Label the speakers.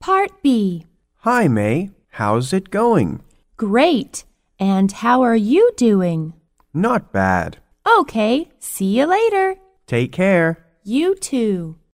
Speaker 1: Part B.
Speaker 2: Hi, May. How's it going?
Speaker 1: Great. And how are you doing?
Speaker 2: Not bad.
Speaker 1: Okay, see you later.
Speaker 2: Take care.
Speaker 1: You too.